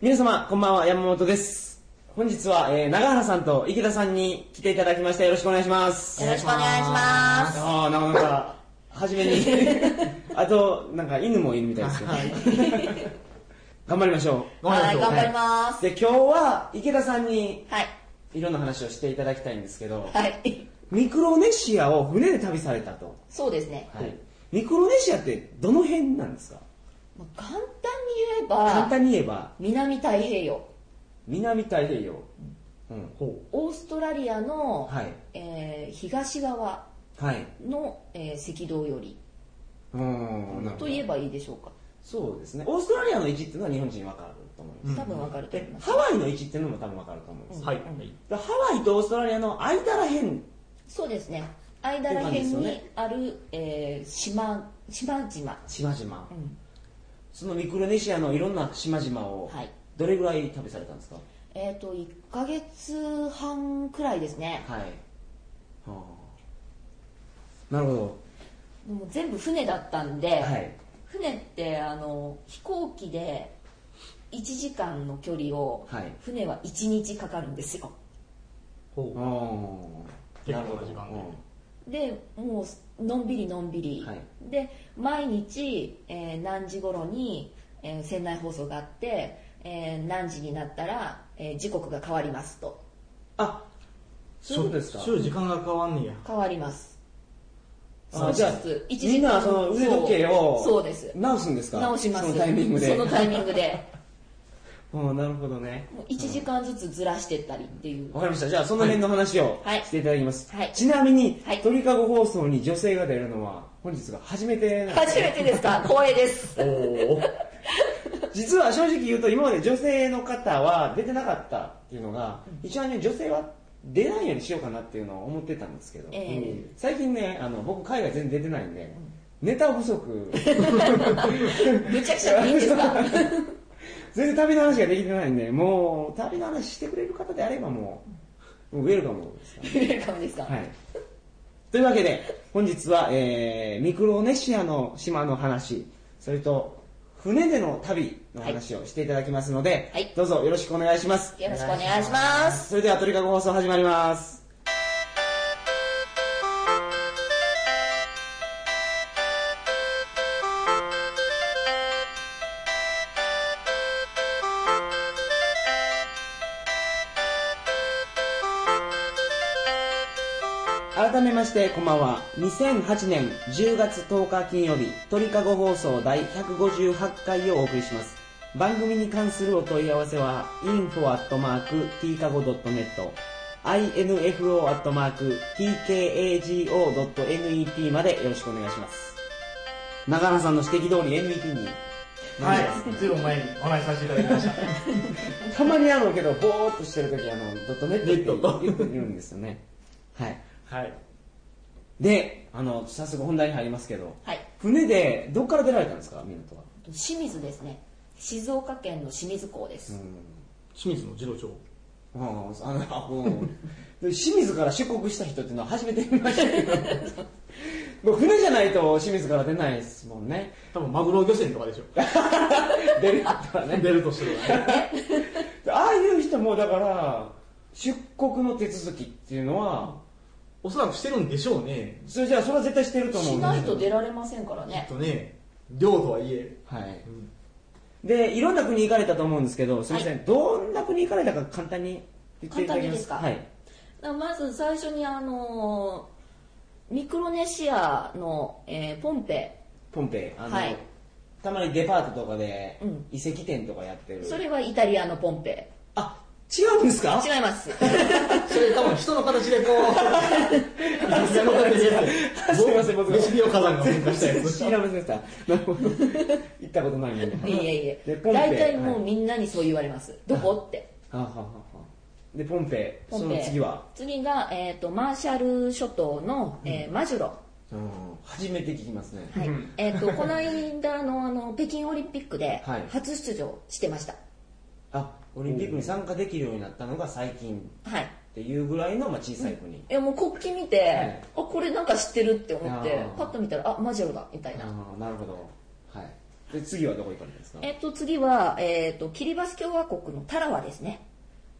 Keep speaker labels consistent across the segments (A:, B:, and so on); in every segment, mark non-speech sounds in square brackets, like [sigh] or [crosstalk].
A: 皆様、こんばんは、山本です。本日は、えー、長原さんと池田さんに来ていただきました。よろしくお願いします。
B: よろしくお願いします。
A: ああ、なかなか、はじめ [laughs] に。あと、なんか犬もいるみたいですけど。 [laughs] 頑張りましょ
C: 頑
B: は
C: 張り
B: い、
C: ましょう
B: 頑張りま
A: う。
B: す。
A: で、今日は池田さんに
B: はい。
A: いろんな話をしていただきたいんですけど、
B: はい。
A: ミクロネシアを船で旅されたと。
B: そうですね。
A: はい。ミクロネシアってどの辺なんですか
B: まあ簡単に言え
A: 簡
B: ば、
A: 単に言えば、
B: 南太平洋、
A: 南太平洋。うん。
C: ほ
B: オーストラリアの、
A: はい
B: えー東側
A: はい。
B: の、えー赤道より
A: うーん。なるほど
B: と言えばいいでしょうか。
A: そうですね。オーストラリアの位置っていうのは日本人わかると思います。
B: 多分わかると思い
A: で
B: ます。
A: ハワイの位置っていうのも多分わかると思うんです
C: う。
A: よ、
C: は
A: だ
C: い。
A: からハワイとオーストラリアの間らへん、
B: そうですね。間
A: って
B: ら辺
A: 感じですよ
B: に
A: ね
B: ある、えー島、島々。
A: 島々、
B: うん
A: そのミクロネシアのいろんな島々を
B: はい、
A: どれぐらい旅されたんですか
B: えっ、と、1ヶ月半くらいですね。
A: はい。はあ、なるほど。
B: もう全部船だったんで、
A: はい。
B: 船ってあの飛行機で1時間の距離を
A: はい
B: 船は1日かかるんですよ
A: あ
C: ほ
A: ー
C: 結構な時間で
B: でもうのんびりのんびり、
A: はい
B: で毎日、えー何時頃に、えー船内放送があって、えー何時になったら、えー時刻が変わりますと
A: あ、そういうことですか
C: 週時間が変わんねや。
B: 変わります
A: あ
B: 少し
A: じゃあ
B: ずつ1
A: みんなその腕時計を
B: そうそうです
A: 直すんですか
B: 直します
A: そのタイミングで。
B: そのタイミングで
A: [laughs] うんなるほどね。
B: もう1時間ずつずらしてったりっていう
A: わかりました。じゃあ、その辺の話を
B: はい
A: していただきます。
B: はい
A: ちなみに、
B: はい
A: 鳥かご放送に女性が出るのは、本日が初めてなんです
B: 初めてですか光栄です
C: おお。
A: 実は正直言うと、今まで女性の方は出てなかったっていうのが、一応ね、女性は出ないようにしようかなっていうのを思ってたんですけど、
B: ええ
A: うん最近ね、あの、僕海外全然出てないんで、ネタ不足、[laughs]
B: [laughs] むちゃくちゃでいいんですか
A: 全然旅の話ができてないんで、もう、旅の話してくれる方であればもう、もうウェルカムですから
B: ウェルカムですか、
A: はい。というわけで、本日は、えーミクロネシアの島の話、それと、船での旅の話をしていただきますので、
B: はい
A: どうぞよろしくお願いします。
B: よろしくお願いします
A: それでは、鳥かご放送始まります。改めまして、こんばんは。2008年10月10日金曜日、鳥かご放送第158回をお送りします。番組に関するお問い合わせは、info.tkago.net、info.tkago.net までよろしくお願いします。長原さんの指摘通り NET に。
C: はい。ずいぶん前にお話しさせていただきました。
A: たまにあるけど、ぼーっとしてるとき、あの、ドットネッ
C: ネッ
A: ト
C: ト
A: って言ってるんですよね。はい。
C: はい。
A: で、あの、早速本題に入りますけど、
B: はい
A: 船でどっから出られたんですか港は
B: 清水ですね静岡県の清水港です、
C: 清水の次郎長。
A: あーあのうんで清水から出国した人っていうのは初めて見ましたけどもう船じゃないと清水から出ないですもんね
C: 多分マグロ漁船とかでしょ。
A: 出るからね
C: 出るとするわね。
A: ああいう人もだから出国の手続きっていうのは
C: おそらくしてるんでしょうね。
A: それじゃあそれは絶対してると思う
B: し
A: んですよ
B: ないと出られませんから
C: きっ
B: ね
C: とね、漁とはいえ。
A: はい
C: うん
A: でいろんな国行かれたと思うんですけどすみません、どんな国行かれたか簡単に言っていただけます
B: 簡単にだからまず最初にあのーミクロネシアの、えーポンペ
A: ポンペイあの、
B: はい
A: たまにデパートとかで
B: うん
A: 遺跡展とかやってる、
B: それはイタリアのポンペ
A: あ違うんですか
B: 違
A: [laughs]
B: います
C: それ多分人の形でこ [laughs] う、人の形で。
A: すいません僕が
C: レシピを火山が噴火したやつ。
A: 調べましたなる
B: [laughs]
A: ほど行ったことないもんで
B: いえいえい
A: で
B: え
A: ポンペイ
B: 大体もう
A: はい
B: みんなにそう言われます、どこって
A: はあはあはあでポンペイ
B: ポン
A: そ
B: ペ
A: の次は
B: 次が、えー、とマーシャル諸島の、えーマジュロ
A: うん初めて聞きますね
B: はい
C: うん
B: えっとこの間のあの北京オリンピックで
A: はい
B: 初出場してました、
A: あオリンピックに参加できるようになったのが最近っ
B: はい、
A: ていうぐらいの、まあ、小さい国、
B: いやもう国旗見て、
A: はい
B: あこれなんか知ってるって思っ
A: あ
B: て
A: ー
B: パッと見たらあマジョルだみたいな
A: ああなるほどはい
C: で次はどこ行かれるんですか
B: えっと、次は、えっと、キリバス共和国のタラワですね。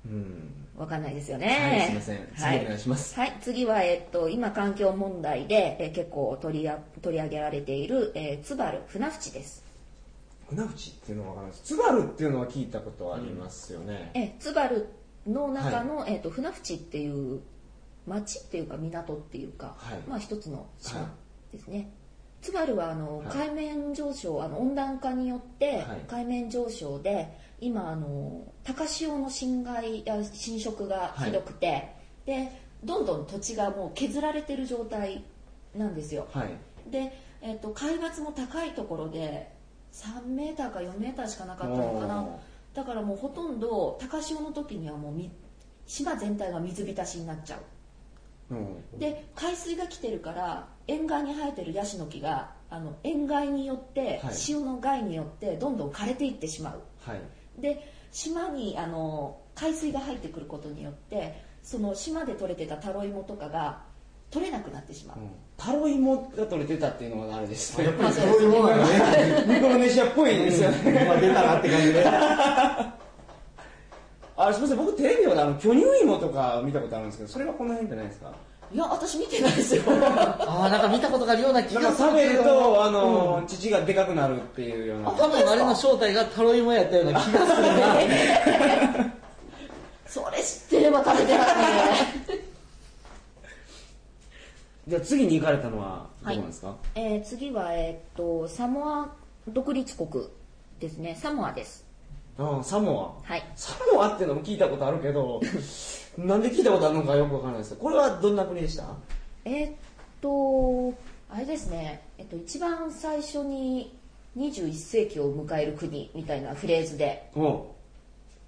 C: うん
B: わかんないですよ
C: は
B: ね。
C: いすいません次お願いします
B: はい、次は、えっと、今環境問題で、えー結構取りあ取り上げられている、えー、ツバル船淵です。
C: 船淵っていうのは分かんないですツバルっていうのは聞いたことはありますよね、
B: えー、ツバルの中の、えっと、船淵っていう町っていうか港っていうか、
C: はい
B: まあ一つの島
C: は
B: ですね。ツバルはあの、
C: はい
B: 海面上昇あの温暖化によって、
C: はい
B: 海面上昇で今あの高潮の侵害や侵食がひどくて、でどんどん土地がもう削られてる状態なんですよ
C: はい
B: で、えっと海抜も高いところで3メーターか4メーターしかなかったのかな
C: おー
B: だからもうほとんど高潮の時にはもうみ島全体が水浸しになっちゃう
C: うん
B: で海水が来てるから沿岸に生えてるヤシの木があの沿岸によって、
C: はい
B: 潮の害によってどんどん枯れていってしまう
C: はい
B: で島にあの海水が入ってくることによってその島で取れてたタロイモとかが取れなくなってしまう、
A: タロイモが取れてたっていうのがあれですね
C: やっぱりそういうものがね
A: ミクロネシアっぽいですよね、
C: まあ出たなって感じで
A: あすみません僕テレビであの巨乳芋とか見たことあるんですけどそれがこの辺じゃないですか
B: いや私見てないですよ [laughs]
C: ああなんか見たことがあるような気
A: なん
C: が
A: か
C: する
A: 食
C: け
A: べ
C: れ
A: る
C: ど
A: と、あの、父がでかくなるっていうような。
C: 多分あれの正体がタロイモやったような気がするな [laughs]
B: それ知ってれば食べてたのね
A: じゃあ次に行かれたのは、ど
B: はい
A: こなんですか、
B: えー次は、えーっとサモア独立国ですねサモアです
A: うん、サモア。
B: はい
A: サモアっていうのも聞いたことあるけ [laughs] ど、なんで聞いたことあるのかよくわからないですけどこれはどんな国でした
B: えーっとあれですね、えっと、一番最初に21世紀を迎える国みたいなフレーズで
A: うん。っ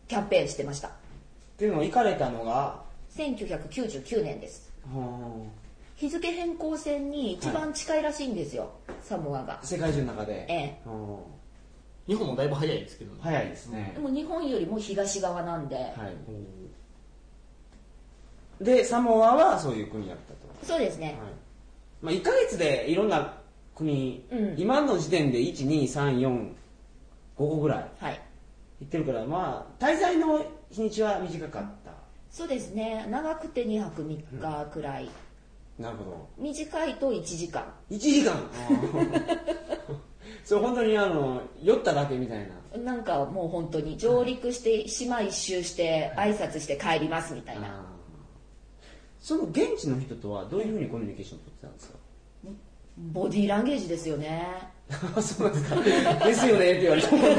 B: キャンペーンしてました
A: ていうのを行かれたのが、
B: 1999年です
A: うん
B: 日付変更線に一番近いらしいんですよ、サモアが
A: 世界中の中で。
B: ええ
A: うん
C: 日本もだいぶ早いですけど
A: 早いですね
B: で。も日本よりも東側なんで、
A: はい。で、サモアはそういう国だったと。
B: そうですね、
A: はいまあ、1ヶ月でいろんな国、
B: うん
A: 今の時点で1、2、3、4、5個ぐらい
B: はい
A: 行ってるから、まあ、滞在の日にちは短かった。
B: そうですね長くて2泊3日くらい、
A: なるほど。
B: 短いと1時間
A: 1時間 [laughs] それ本当にあの、酔っただけみたいな。
B: なんかもう本当に上陸して島一周して挨拶して帰りますみたいな、
A: あーその現地の人とはどういうふうにコミュニケーションを取ってたんです
B: ボディーランゲージですよね
A: か [laughs] そうなんですか。ですよねって言われても。
C: 英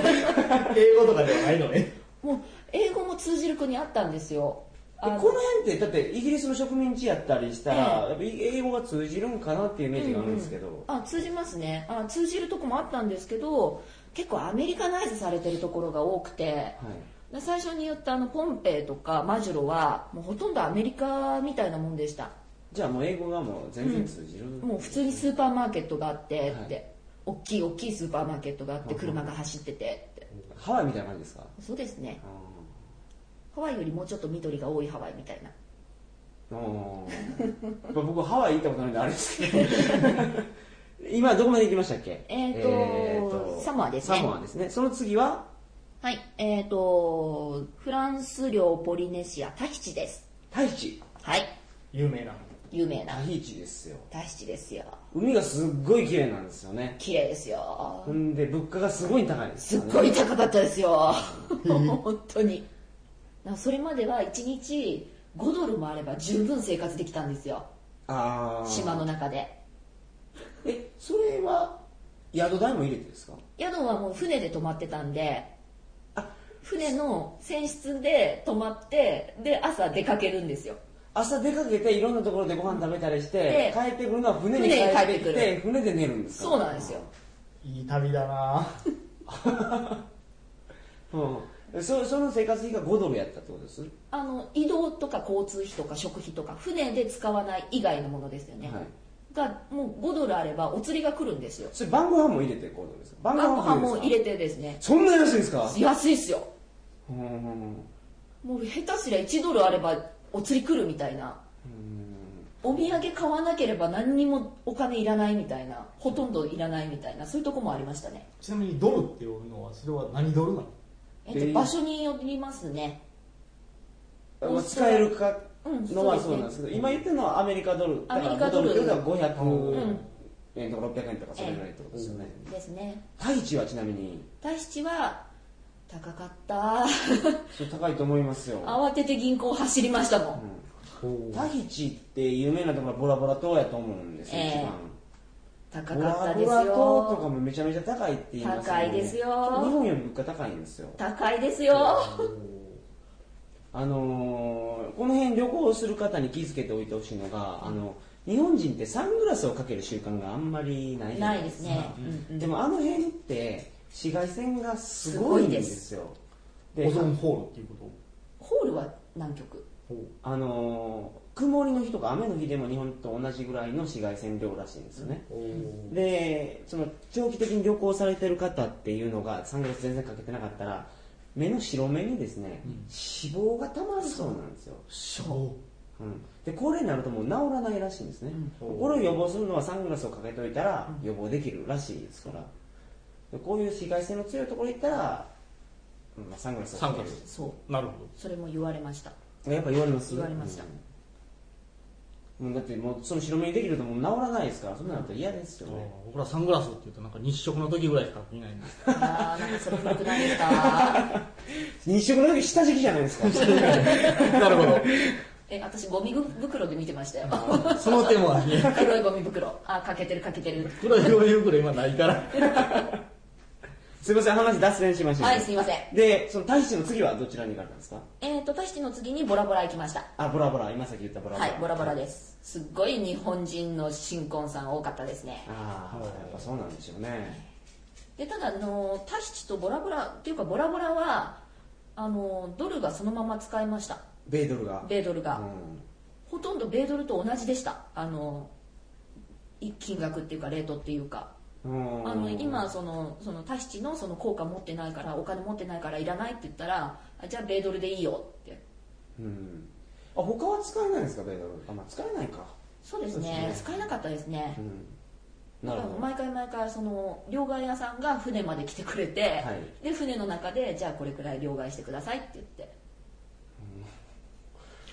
C: 語とかではないの [laughs] ね
B: もう英語も通じる国あったんですよ
A: え
B: あの
A: この辺ってだってイギリスの植民地やったりしたら、
B: ええ
A: やっぱ英語が通じるんかなっていうイメージがあるんですけど、
B: あ通じますねあ通じるとこもあったんですけど結構アメリカナイズされてるところが多くて
A: はい、
B: で最初に言ったあのポンペイとかマジュロはもうほとんどアメリカみたいなもんでした
A: じゃあもう英語がもう全然通じる、
B: もう普通にスーパーマーケットがあってって、
A: はい
B: 大きい大きいスーパーマーケットがあって
A: うん
B: 車が走っててって
A: ハワイみたいな感じですか
B: そうですね
A: あ
B: ハワイよりもうちょっと緑が多いハワイみたいな
A: ーあーまあ僕ハワイ行ったことないんであれですけど [laughs] 今どこまで行きましたっけ
B: えーとサモアですね
A: サモアですねその次は
B: はいえー、とフランス領ポリネシアタヒチです
A: タヒチ
B: はい
C: 有名な
B: 有名
A: タ
B: な
A: ヒチですよ
B: タヒチですよ
A: 海がすっごい綺麗なんですよね
B: 綺麗ですよ
A: ほんで物価がすごい高いです
B: す
A: よ
B: っ
A: ね
B: ごい高かったですよ [laughs] 本当になそれまでは1日5ドルもあれば十分生活できたんですよ
A: ああ
B: 島の中で
A: えそれは宿代も入れてですか
B: 宿はもう船で泊まってたんで
A: あ
B: 船の船室で泊まってで朝出かけるんですよ
A: 朝出かけていろんなところでご飯食べたりして
B: で
A: 帰ってくるのは船に帰
B: 船に
A: っ
B: 帰ってて
A: き
B: く
A: て
B: る
A: 船で寝るんですか
B: そうなんですよ
C: いい旅だな
A: うん、そその生活費が5ドルやったってことです、
B: あの移動とか交通費とか食費とか船で使わない以外のものですよね、
A: はい
B: がもう5ドルあればお釣りが来るんですよ
A: それ晩ご飯も入れて5ドルですか晩
B: 晩ご飯も入
A: れ
B: れてですね
A: そんな安いんですか
B: 安いっすよ
A: うんうんうん
B: もう下手すりゃ1ドルあればお釣り来るみたいな
A: うん
B: お土産買わなければ何にもお金いらないみたいなほとんどいらないみたいなそういうとこもありましたね
C: ちなみにドルって呼ぶのはそれは何ドルなの
B: えっと
A: えー
B: 場所によりますね
A: まあ使えるか
B: うん
A: のはそうなんですけど、今言ってるのはアメリカドル
B: アメリカドル
A: だから元々のドル
B: うん
A: 500円とか600円とかそれぐらいってことですよね、
B: ですね
A: タイチはちなみに
B: 大七は高かった
A: それ高いと思いますよ、
B: 慌てて銀行走りましたもん、
A: うん、タイチって有名なところはボラボラ島やと思うんですよ、
B: ええ
A: 一番
B: 高かったです
A: ボラボラ島とか
B: よ
A: もめちゃめちゃ高いって言いますもん
B: 高いですよ
A: 日本より物価高いんですよ
B: 高いですよ
A: あのーこの辺旅行する方に気づけておいてほしいのがあの日本人ってサングラスをかける習慣があんまりないじゃ
B: な
A: ない
B: ですね、うんうん
A: でもあの辺って紫外線がすごいんですよ
C: オゾン
A: で
C: ホールっていうこ
B: ホールは南極
C: とを
A: あのー曇りの日とか雨の日でも日本と同じぐらいの紫外線量らしいんですよね、
C: おー
A: でその長期的に旅行されてる方っていうのがサングラス全然かけてなかったら目の白目にですね、
C: うん
A: 脂肪がたまるそうなんですよ、
C: そう
A: うん、で高齢になるともう治らないらしいんですね、
C: うん
A: これを予防するのはサングラスをかけておいたら予防できるらしいですから、でこういう紫外線の強いところに行ったら、うんまあ、サングラスをかける
C: サングラ
B: そう
C: なるほ
B: それも言われました
A: やっぱ言われます
B: 言われました
A: うんもうだってもうその白目にできるともう治らないですからそんなのと嫌ですよ
C: ど
A: ね、
C: 僕らサングラスっていうとなんか日食の時ぐらいしか見ないんです
B: いやーなんかそれ古くないで
A: [laughs]
B: すか
A: 日食の時下敷きじゃないです
B: [laughs]
A: か
C: [laughs] なるほ
B: え私ゴミ袋で見てましたよ [laughs]
C: どその手もあり
B: 黒いゴミ袋あかけてるかけてる
C: [laughs] 黒いゴミ袋今ないから [laughs]
A: すいません話脱線しました
B: は
A: け
B: い
A: ど
B: すいません
A: でその大使の次はどちらに行かれたんですか
B: えっ、とタシティの次にボラボラ行きました
A: あボラボラ今さっき言ったボラボ
B: は
A: ラ
B: いボラボラですすっごい日本人の新婚さん多かったですね
A: ああやっぱそうなんでしょうね
B: でただあのタシチとボラボラっていうかボラボラはあのドルがそのまま使えました
A: 米ドルが
B: 米ドルが、
A: うん
B: ほとんど米ドルと同じでしたあのい金額っていうかレートっていうか
A: うん
B: あの今そのそのタヒチのその効果持ってないからお金持ってないからいらないって言ったらあじゃあ米ドルでいいよって
A: うんあ他は使えないんですか米ドルあまあ使えないか
B: そうです
A: そう
B: ね
A: ですね
B: 使えなかったですね
A: う、んな
B: だ
A: る
B: から
A: ほど
B: 毎回毎回その両替屋さんが船まで来てくれて、
A: はい
B: で船の中でじゃあこれくらい両替してくださいって言って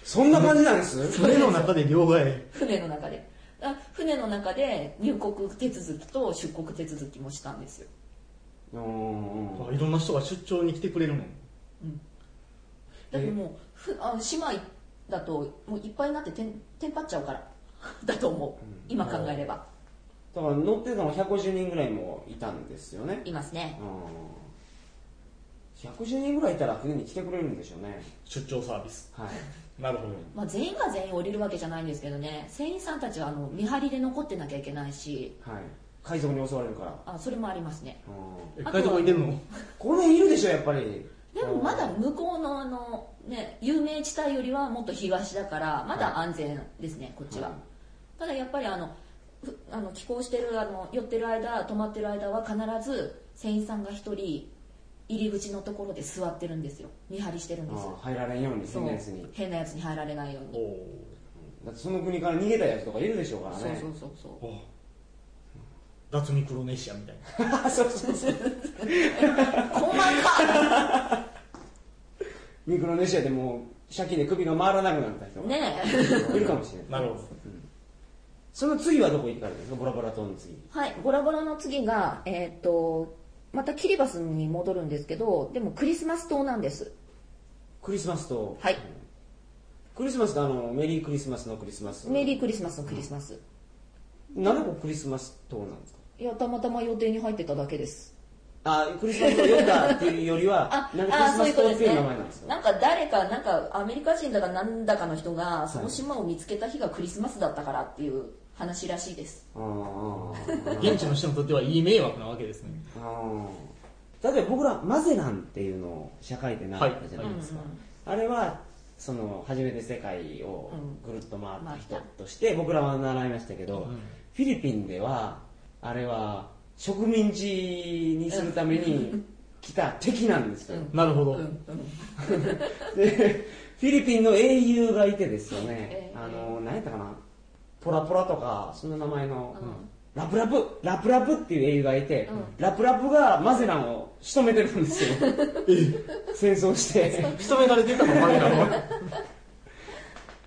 A: そんな感じなんです
C: 船の中で両替
B: 船の中であ船の中で入国手続きと出国手続きもしたんですよ
A: うんうん
C: いろんな人が出張に来てくれるの
B: だってもうふあ姉妹だともういっぱいになってテンテンパっちゃうから [laughs] だと思う、今考えれば
A: だから乗ってたの150人ぐらいもいたんですよね
B: いますね
A: うん110人ぐらいいたら船に来てくれるんでしょうね
C: 出張サービス
A: はい
C: なるほど
B: まあ、全員が全員降りるわけじゃないんですけどね船員さんたちはあの見張りで残ってなきゃいけないし
A: はい海賊に襲われるから
B: あそれもありますね
A: うん
C: え
B: あとは
C: 海賊はいてるの
A: この辺いるでしょやっぱり
B: でもまだ
A: うん
B: 向こうのあの、ね、有名地帯よりはもっと東だからまだ安全ですね、こっちは、
A: はい
B: ただやっぱりあのふあの寄港してるあの寄ってる間泊まってる間は必ず船員さんが1人入り口のところで座ってるんですよ見張りしてるんです
A: あ
B: よ
A: 入られんように
B: そう
A: 変なやつに
B: 変なやつに入られないように、
A: だってその国から逃げたやつとかいるでしょうから
B: そう
A: [laughs] ね
B: そうそうそう
C: お脱ミクロネシアみたいな
A: あそうそうそう
B: 細
A: [laughs]
B: か
A: ミクロネシアでもう借金で首が回らなくなった人
B: っ
A: が
B: ねえ
A: いるかもしれない
C: なるほど
A: その次はどこ行かれたんですかボラボラ島の次
B: はい、ボラボラの次が、えーっとまたキリバスに戻るんですけどでもクリスマス島なんです
A: クリスマスと
B: はい
A: クリスマスとあのメリークリスマスのクリスマス
B: メリークリスマスのクリスマス、
A: なんでこうクリスマス島なんですか
B: いやたまたま予定に入ってただけです
A: あクリスマスを呼んだっていうよりはなんでクリスマス島っていう名前なんですか
B: なんか誰かなんかアメリカ人だかなんだかの人がその島を見つけた日がクリスマスだったからっていう話らしいです、
A: あーあー
C: 現地の人にとってはいい迷惑なわけですね
A: あー例えば僕らマゼランっていうのを社会で習ったじゃないですか、
B: はい
A: あれはその初めて世界を
B: う
A: ぐるっと回った人
B: 回っ
A: として僕らは習いましたけど、
C: うん
A: フィリピンではあれは植民地にするために来た敵なんですよ、
C: なるほど、
B: うんうん
A: でフィリピンの英雄がいてですよね、
B: ええ
A: あの何やったかなポラポラとかその名前の、
B: うん
A: ラプラプラプラプっていう英雄がいて、
B: うん
A: ラプラプがマゼランを仕留めてるんですよ戦争して
C: 一目られてたのマリナの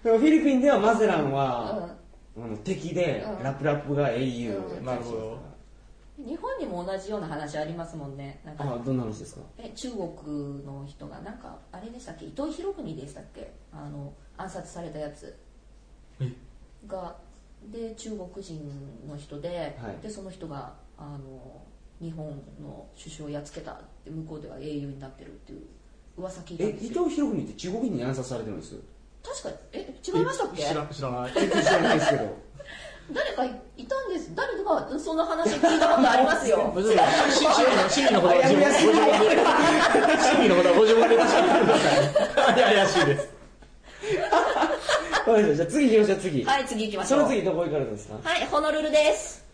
A: でもフィリピンではマゼラン
B: う
A: は、
B: ん
A: あの敵で、
B: うん
A: ラプラプが英雄、
B: うん
C: なるほど
B: 日本にも同じような話ありますもんねなんか
A: あどんな話ですか
B: え中国の人がなんかあれでしたっけ伊藤博文でしたっけあの暗殺されたやつ
C: え
B: がで中国人の人で,、
A: はい
B: でその人があの日本の首相をやっつけたって向こうでは英雄になってるっていう噂聞いたん
A: え
B: で
A: 伊
B: す
A: 藤
B: よ
A: 博文って中国人に暗殺されてるん
B: [laughs]
A: です
B: 確かえ違いましたっけ
C: 知ら知らない
A: 全然知らないですけど
B: 誰かいたんです誰かがそんな話聞いたことありますよ
A: [laughs]
C: 別に市市民の市民のことは
A: あやめ
C: 自分
A: や [laughs] すい
C: 市民のことはご自分で確かめてくださいいやいやしいです
A: わかりましたじゃあ次行きましょう次、
B: はい次行きまし
A: そ
B: ょう
A: の次どこ行かれたんですか
B: はいホノルルです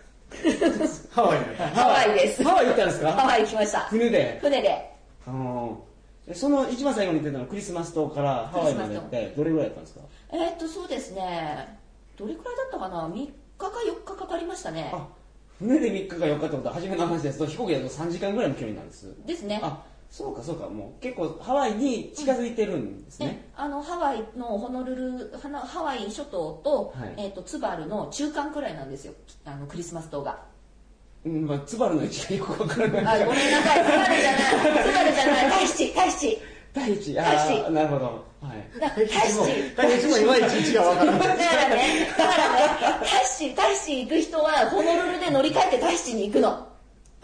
C: ハワイね
B: ハワイです
A: ハワイ行ったんです
B: ハ
A: か
B: ワイ行きました
A: 船で
B: 船で
A: あのーその一番最後に言ってたのはクリスマス島からハワイまで行っ
B: ク
A: てどれぐらいやったんですか
B: えーっとそうですねどれくらいだったかな3日か4日かかりましたね
A: あ船で3日か4日ってことは初めの話ですと飛行機だと3時間ぐらいの距離なんです
B: ですね
A: あそうかそうかもう結構ハワイに近づいてるんですね、
B: えあのハワイのホノルルハナハワイ諸島と,、
A: はい
B: えーっとツバルの中間くらいなんですよあのクリスマス
A: [laughs]
B: 島が
A: うんまあ、ツバルの位置がよくわからない [laughs]
B: あごめんなさいツバルじゃないツバルじゃない大七大七
A: 第一あ
B: 大
A: ー
B: 地
A: なるほど、はい、
B: な大七
C: 大地もいまいち位置がわからな
B: だ
C: い
B: からね、だからね、タッシー、タッシー行く人はホノルルで乗り換えてタッシーに行くの。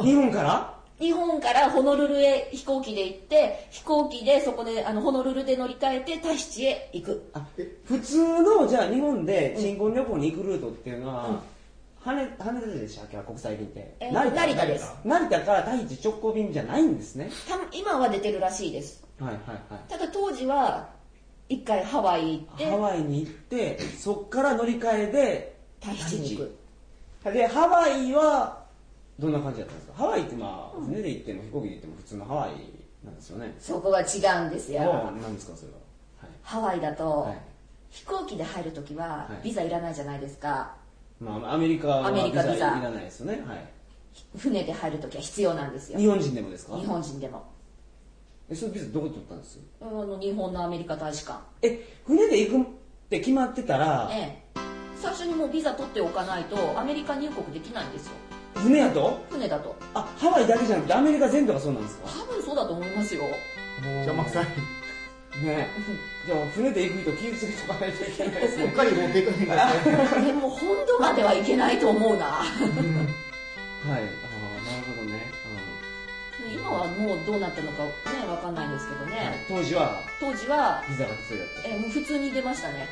A: 日本から
B: 日本からホノルルへ飛行機で行って、飛行機でそこで、あの、ホノルルで乗り換えてタッシーへ行く。
A: あ普通のじゃあ日本で新婚旅行に行くルートっていうのは、羽田羽田でしたっけ国際便って、
B: えー成田です
A: 成田から第一直行便じゃないんですね
B: た今は出てるらしいです。
A: はいはいはい
B: ただ当時は、一回ハワイ行って
A: ハ、ワイに行ってそっから乗り換えで
B: タッシーに行く。
A: でハワイはどんな感じだったんですかハワイってまあ船で行っても飛行機で行っても普通のハワイなんですよね
B: そこが違うんです
A: あ
B: よ。
A: あなんですかそれははい
B: ハワイだと、
A: はい
B: 飛行機で入るときは
A: はい
B: ビザいらないじゃないですか。
A: まあ、アメリカは
B: アメリカビザ
A: ビザいらないですよね、はい、
B: 船で入るときは必要なんですよ。
A: 日本人でもですか
B: 日本人でも。
A: えそのビザどこで取ったんです
B: あの日本のアメリカ大使館
A: え船で行くって決まってたら、
B: ええ最初にもうビザ取っておかないとアメリカ入国できないんですよ
A: 船やと
B: 船だと
A: あハワイだけじゃなくてアメリカ全土がそうなんですか
B: 多分そうだと思いますよ
C: 邪魔くさい
A: ねじゃあ船で行く人気をつけとかないといけないです
C: すっ
A: ね
C: かり持っていかへんからね
B: でも本土まではいけないと思うな
A: はいああなるほどね、
B: 今はもうどうなったのかねわかんないんですけど
A: うん
B: ね
A: 当時は
B: 当時は
A: ビザが必要だった
B: ええもう普通に出ましたね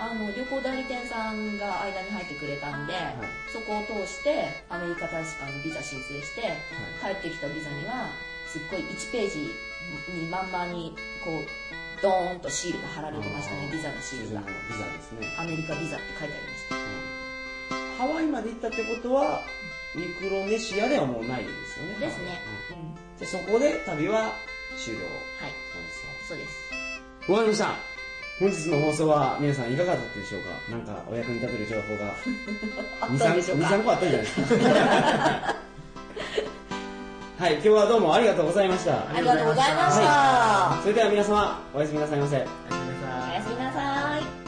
B: あの旅行代理店さんが間に入ってくれたんで、
A: い
B: そこを通してアメリカ大使館にビザ申請して、帰ってきたビザにはすっごい1ページにまんまにこうドーンとシールが貼られてましたねビザのシール
A: 通常
B: が
A: のビザですね、
B: アメリカビザって書いてありました
A: ハワイまで行ったってことはミクロネシアではもうないですよね
B: ですね、うんは
A: うんでそこで旅は終了
B: い
A: なんですか
B: そうです
A: わかりました。本日の放送は皆さんいかがだったでしょうかなんかお役に立てる情報
B: [laughs]
A: が
B: あ
A: 2、
B: ったんでしょう
A: 3 2 3
B: か
A: 個あったんじゃないですか。はい、今日はどうもありがとうございました。
B: ありがとうございました、
A: それでは皆様、おやすみなさいませ。
C: ごめんな
B: お
C: さい
B: やすみなさい